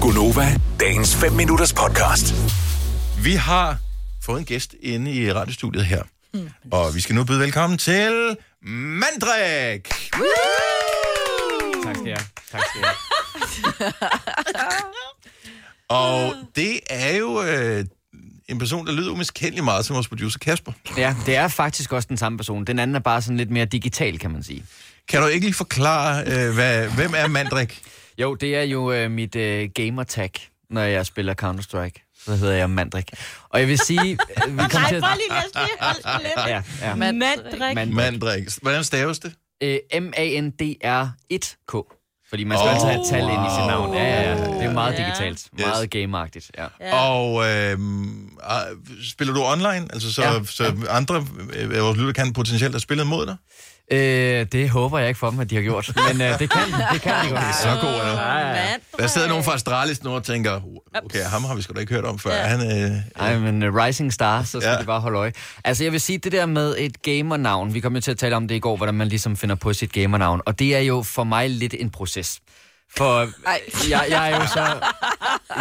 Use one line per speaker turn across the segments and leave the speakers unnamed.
Gunova, dagens 5 minutters podcast.
Vi har fået en gæst inde i radiostudiet her. Mm. Og vi skal nu byde velkommen til Mandrik!
Tak skal jeg. Tak skal jeg.
Og det er jo øh, en person, der lyder umiskendelig meget som vores producer Kasper.
Ja, det er faktisk også den samme person. Den anden er bare sådan lidt mere digital, kan man sige.
Kan du ikke lige forklare, øh, hvad, hvem er Mandrik?
Jo, det er jo øh, mit øh, gamertag, når jeg spiller Counter-Strike. Så hedder jeg Mandrik. Og jeg vil sige... Øh, vi kommer
Nej,
til at...
prøv lige at lige holde den lidt.
Ja, ja.
Manddrik.
Man,
Mandrik. Hvordan staves det?
øh, M-A-N-D-R-1-K. Fordi man skal oh, altid have et tal ind i sit navn. Ja, ja, ja. Det er jo meget
Ja.
digitalt. Meget gameagtigt, ja.
Ja. Og øh, spiller du online? Altså, så, ja.
Ja.
så andre øh, af vores lytter kan potentielt have spillet mod dig?
Øh, det håber jeg ikke for dem, at de har gjort. Men øh, det kan de. Det kan de godt.
Så god er du.
Ja, ja.
Der sidder nogen fra Astralis nu og tænker, okay, ham har vi sgu da ikke hørt om før. Ja. Han, øh,
Ej, men uh, Rising Star, så skal
Ja.
ja. de bare holde øje. Altså, jeg vil sige, det der med et gamernavn, vi kom jo til at tale om det i går, hvordan man ligesom finder på sit gamernavn, og det er jo for mig lidt en proces. For
Ej.
jeg, jeg er jo så,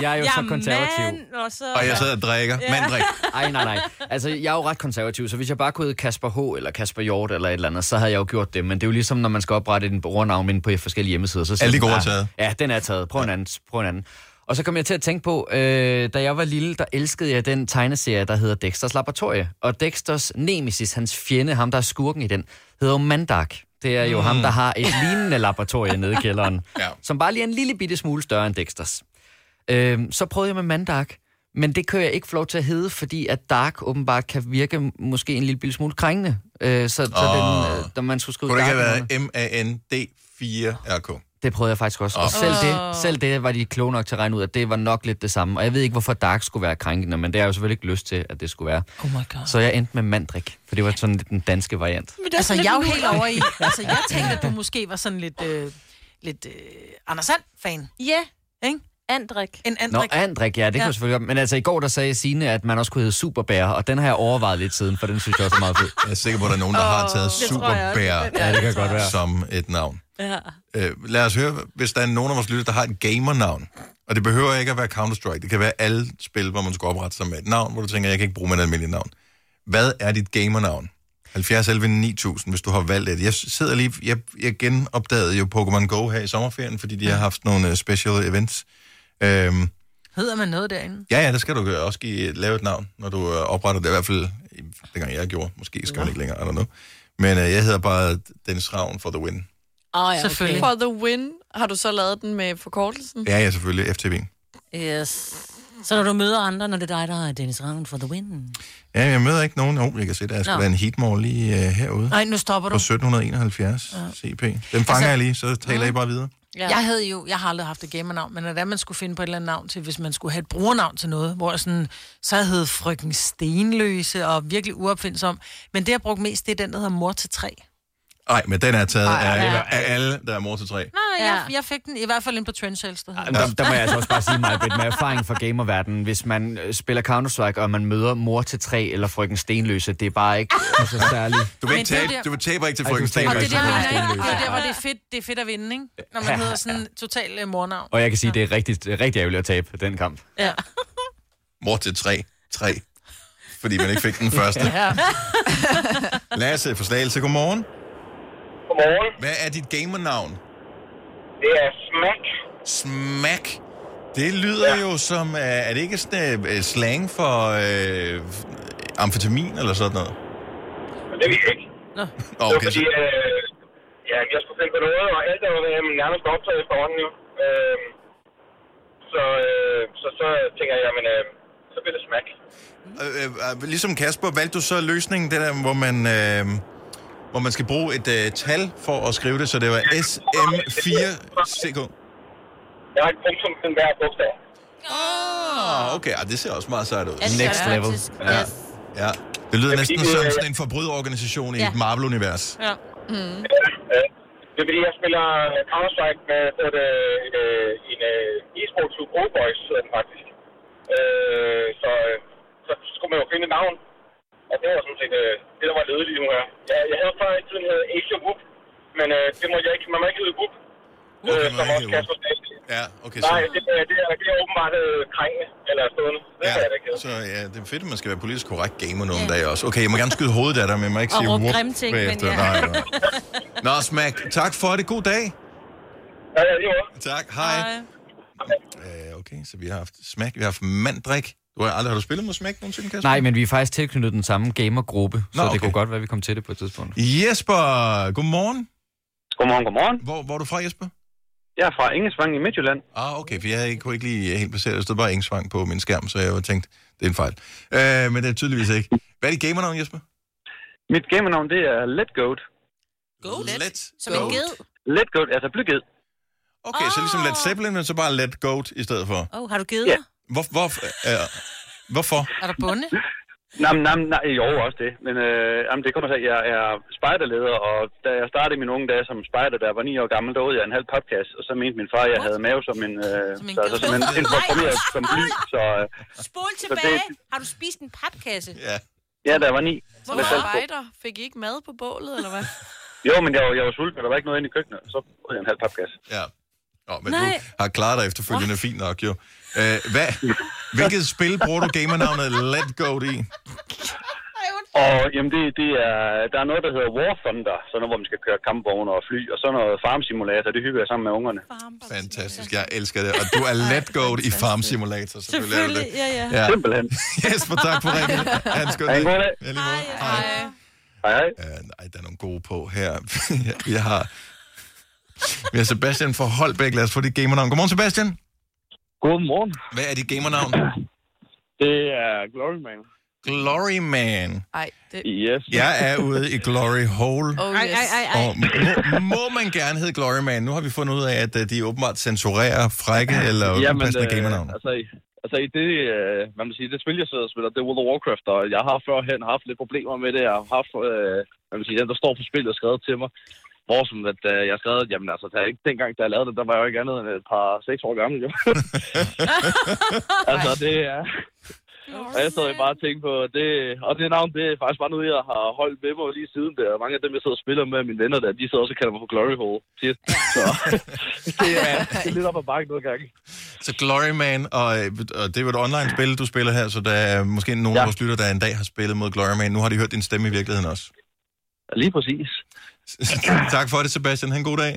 jeg er jo så konservativ.
Mand, og så...
og jeg sidder og drikker. Ja. Mandrik.
Ej, nej, nej. Altså, jeg er jo ret konservativ, så hvis jeg bare kunne hedde Kasper H. eller Kasper Hjort eller et eller andet, så havde jeg jo gjort det. Men det er jo ligesom, når man skal oprette en brugernavn inde på forskellige hjemmesider. Så siger
Er det
den,
ikke
"Ah,
overtaget?"
Ja, den er taget. Prøv en anden. Prøv en anden. Og så kom jeg til at tænke på, øh, da jeg var lille, der elskede jeg den tegneserie, der hedder Dexters Laboratorie. Og Dexters nemesis, hans fjende, ham der er skurken i den, hedder jo Mandak. Det er jo mm. ham, der har et lignende laboratorie nede i kælderen,
Ja.
som bare lige er en lille bitte smule større end Dexters. Øhm, så prøvede jeg med Mandark, men det kan jeg ikke få lov til at hedde, fordi at Dark åbenbart kan virke måske en lille bitte smule krængende. Øh, så, så
Åh.
den, øh, når man skulle skrive
Kunne det ikke
Dark,
have
under-
været M-A-N-D-4-R-K?
det prøvede jeg faktisk også. Og selv det, selv det var de kloge nok til at regne ud, at det var nok lidt det samme. Og jeg ved ikke, hvorfor Dark skulle være krænkende, men det har jeg jo selvfølgelig ikke lyst til, at det skulle være.
Oh my god.
Så jeg endte med Mandrik, for det var sådan lidt den danske variant.
Men det er
Altså,
sådan
jeg er jo
lidt
helt over i... Altså, jeg tænkte, at du måske var sådan lidt... Øh, lidt øh, Anders fan
Ja,
ikke?
Andrik.
En
Nå,
Andrik.
Andrik, ja, det ja.
Ja.
kunne jeg selvfølgelig godt. Men altså, i går der sagde Signe, at man også kunne hedde Superbær, og den har jeg overvejet lidt siden, for den synes jeg også er meget fed.
Jeg er sikker på, at der er nogen, der har taget
det tror jeg også.
Superbær
Ja, det kan godt være.
som et navn.
Ja.
Øh, lad os høre, hvis der er nogen af vores lytter, der har et gamernavn. Og det behøver ikke at være Counter-Strike. Det kan være alle spil, hvor man skal oprette sig med et navn, hvor du tænker, jeg kan ikke bruge mit almindelige navn. Hvad er dit gamernavn? 70 11 9000, hvis du har valgt det. Jeg sidder lige, jeg, jeg genopdagede jo Pokémon Go her i sommerferien, fordi de har haft nogle øh, special events. Øhm,
Hedder man noget derinde?
Ja, ja, der skal du øh, også give, lave et navn, når du øh, opretter det. I hvert fald, i- dengang jeg gjorde. Måske skal man ikke længere, I don't know. Men øh, jeg hedder bare Dennis Ravn for The Win.
Mhm.
Oh, ja,
Selvfølgelig.
For the win, har du så lavet den med forkortelsen?
Ja, ja, selvfølgelig, FTB.
Yes. Så når du møder andre, når det er dig, der er Dennis Ravn for the win.
Ja, jeg møder ikke nogen. Åh, oh, jeg kan se, der er sgu
Nå.
da en heatmall lige øh, herude
Nej, nu stopper
på
du.
1771 CP. Den fanger altså, jeg lige, så taler jeg bare videre.
Ja. Jeg havde jo, jeg har aldrig haft et gamernavn, men når det er, man skulle finde på et eller andet navn til, hvis man skulle have et brugernavn til noget, hvor jeg sådan, så jeg hed frøken Stenløse og virkelig uopfindsom. Men det, jeg brugte mest, det er den, der hedder mor til tre.
Nej, men den er taget
Ej,
af,
ja.
af, alle, der er mor til tre.
Nej, Ah, ja.
Ja.
jeg, jeg, fik den i hvert fald ind på Trendsales, der hedder.
Jamen, Der, der må jeg altså også bare sige mig, Britt, med erfaring fra gamerverdenen, hvis man øh, spiller Counter-Strike, og man møder mor til tre eller frøken Stenløse, det er bare ikke altså, særligt.
Du vil
Men
ikke
det er
tabe,
der-
du vil tabe ikke til
Ej, du
frøken
taber
Og det
Stenløse.
er der,
Frøken
mener jeg,
Stenløse.
det er der, hvor det er fedt, det er fedt at vinde, ikke? Når man hedder sådan total øh, mornavn.
Og jeg kan sige, det er rigtig, det er rigtig ærgerligt at tabe den kamp.
Ja.
Mor til tre. Tre. Fordi man ikke fik den første.
ja.
Lasse fra Slagelse, godmorgen.
Godmorgen.
Hvad er dit gamernavn?
Det er Smack.
Smack. Det lyder ja. jo som, øh, er det ikke sådan, øh, slang for øh, amfetamin eller sådan noget?
Men det ved jeg ikke.
Nå,
Okay, det var
Okay, så,
fordi, øh, ja, jeg skulle finde på noget, og alt er jo øh, nærmest optaget efterhånden jo. Øh, så, øh, så, så tænker jeg, jamen, øh, så bliver det Smack.
øh, øh, øh, ligesom Kasper, valgte du så løsningen, det der, hvor man, øh, hvor man skal bruge et øh, tal for at skrive det, så det var SM4CK.
Jeg har et punktum til hver bogstav.
Ah, okay, ah, det ser også meget sejt ud.
Next level.
Ja.
Ja. Det lyder
Ja,
næsten
fordi,
som
øh,
sådan en forbryderorganisation i
Ja.
et Marvel-univers.
ja.
Ja. Øh, Det er fordi, jeg spiller Counter-Strike med et, øh, en øh, e-sportsklub, Old Boys, hedder den faktisk. Øh, så, øh, så skulle man jo finde et navn. Og det var sådan set øh, det, der var ledet lige nu her. Jeg, jeg havde før i tiden hedder Asia Whoop, men øh, det må øh, jeg ikke, man må ikke hedde Whoop.
Okay,
øh,
man må ikke
som også
hedde
Kasper sagde.
Ja, okay.
Nej,
Så,
det, er- det, er, det er åbenbart øh, krænkende, eller stående. Det ja. er jeg da
ja,
ked. af.
så ja, det er fedt, at man skal være politisk korrekt gamer nogle dage også. Okay, jeg må gerne skyde hovedet af dig, men jeg må ikke
Og
sige
råbe
whoop
grimme ting, men
bagefter.
ja.
Nej, nej. Nå, Smack, tak for det. God dag.
Ja, ja, det er jo også.
Tak, hej. hej. Øh, okay, så vi har haft Smack, vi har haft Mandrik. Du har aldrig har du spillet mod Smack nogensinde, Kasper?
Nej, men vi er faktisk tilknyttet den samme gamergruppe, Nå, så det
okay.
kunne godt være, at vi kom til det på et tidspunkt.
Jesper, godmorgen.
Godmorgen, godmorgen.
Hvor, hvor er du fra, Jesper?
Jeg er fra Engelsvang i Midtjylland.
Ah, okay, for jeg havde ikke- kunne ikke lige helt placeret. Der stod bare Engsvang på min skærm, så jeg var tænkt, det er en fejl. Øh, men det er tydeligvis ikke. Hvad er dit gamernavn, Jesper?
Mit gamernavn, det er Let Goat.
Goat?
Let
Som en
Goat.
ged.
Let Goat, altså blyged.
Okay, så ligesom Led Zeppelin, men så bare Let Goat i stedet for.
Åh, oh, har du givet
Ja.
dig?
Hvor, hvor, øh, hvorfor?
Er der bunde?
Nej, nej, nej, jo også det. Men øh, jamen, det kommer så, jeg er spejderleder, og da jeg startede i mine unge dage som spejder, da jeg var ni år gammel, der åd jeg en halv papkasse, og så mente min far, at jeg
What?
havde mave som en... Øh,
Som en
så, så, som en, en formeret som bly, så... Øh,
Spol
tilbage.
tilbage. Har du spist en papkasse?
Ja.
ja, da jeg var ni.
Hvorfor
med salt på.
spejder? Fik I ikke mad på bålet, eller hvad?
Jo, men jeg, var- jeg var sulten, og der var ikke noget inde i køkkenet, så åd jeg en halv papkasse.
Ja. Nå, men Nej.
Nej.
du har klaret dig efterfølgende fint nok, jo. Øh, hvad, hvilket spil bruger du gamernavnet Let Goat i?
Og jamen, det, det er, der er noget, der hedder War Thunder, sådan noget, hvor man skal køre kampvogne og fly, og så noget farm simulator, det hygger jeg sammen med ungerne.
Fantastisk, jeg elsker det. Og du er Let Goat i Farm Simulator, selvfølgelig, er du
Selvfølgelig,
det.
ja, ja.
Ja.
Simpelthen.
Jesper, tak for ringen. Ha' en skøn
Ha' en god dag.
Ja, lige måde.
Hej.
Hej, hej.
Øh, nej, der er nogle gode på her. vi har... Vi har Sebastian fra Holbæk. Lad os få dit gamernavn. Godmorgen, Sebastian.
Godmorgen.
Hvad er dit gamernavn?
Det er Gloryman.
Glory Man.
Ej, det...
Yes.
Jeg er ude i Glory Hole.
Oh,
Ej, ej,
yes.
ej, ej.
Og må, må man gerne hedde Glory Man? Nu har vi fundet ud af, at øh, de åbenbart censurerer frække eller upassende
øh,
gamernavn.
Altså, i- altså i det, øh, hvad man siger, det spil, jeg sidder og spiller, det er World of Warcraft, og jeg har førhen haft lidt problemer med det. Jeg har haft, øh, hvad man siger, den, der står på spillet, og skrevet til mig, hvor som at øh, jeg skrev, jamen altså, da jeg, ikke- dengang, da jeg lavede det, der var jeg jo ikke andet end et par seks år gammel, jo. altså, det er...
Oh,
Og jeg sad jo bare og tænkte på, det, og det navn, det er faktisk bare noget, jeg har holdt med mig lige siden der. Og mange af dem, jeg sidder og spiller med mine venner der, de sidder også og kalder mig for Glory Hole. Shit. Så det er, det er lidt op ad bakke nogle gange.
Så Glory Man, og, øh, og det er jo et online-spil, du spiller her, så der er måske nogen af
Ja.
vores lytter, der en dag har spillet mod Glory Man. Nu har de hørt din stemme i virkeligheden også.
Lige præcis.
tak for det, Sebastian. Ha' en god dag.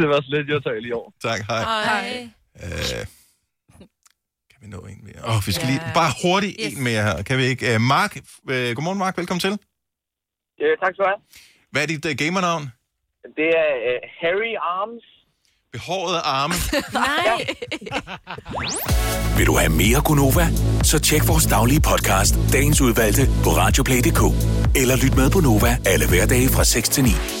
det var så lidt, jeg tager lige over.
Tak, hej.
Hej.
Øh, kan vi nå en mere? Åh, oh, vi skal lige bare hurtigt yes. en mere her. Kan vi ikke? Øh, Mark, øh, godmorgen Mark, velkommen til.
Ja, tak skal du have.
Hvad er dit øh, gamernavn?
Det er uh, Harry Arms.
Behåret arme.
Nej.
Vil du have mere Gunova? Så tjek vores daglige podcast, dagens udvalgte, på radioplay.dk. Eller lyt med på Nova alle hverdage fra 6 til 9.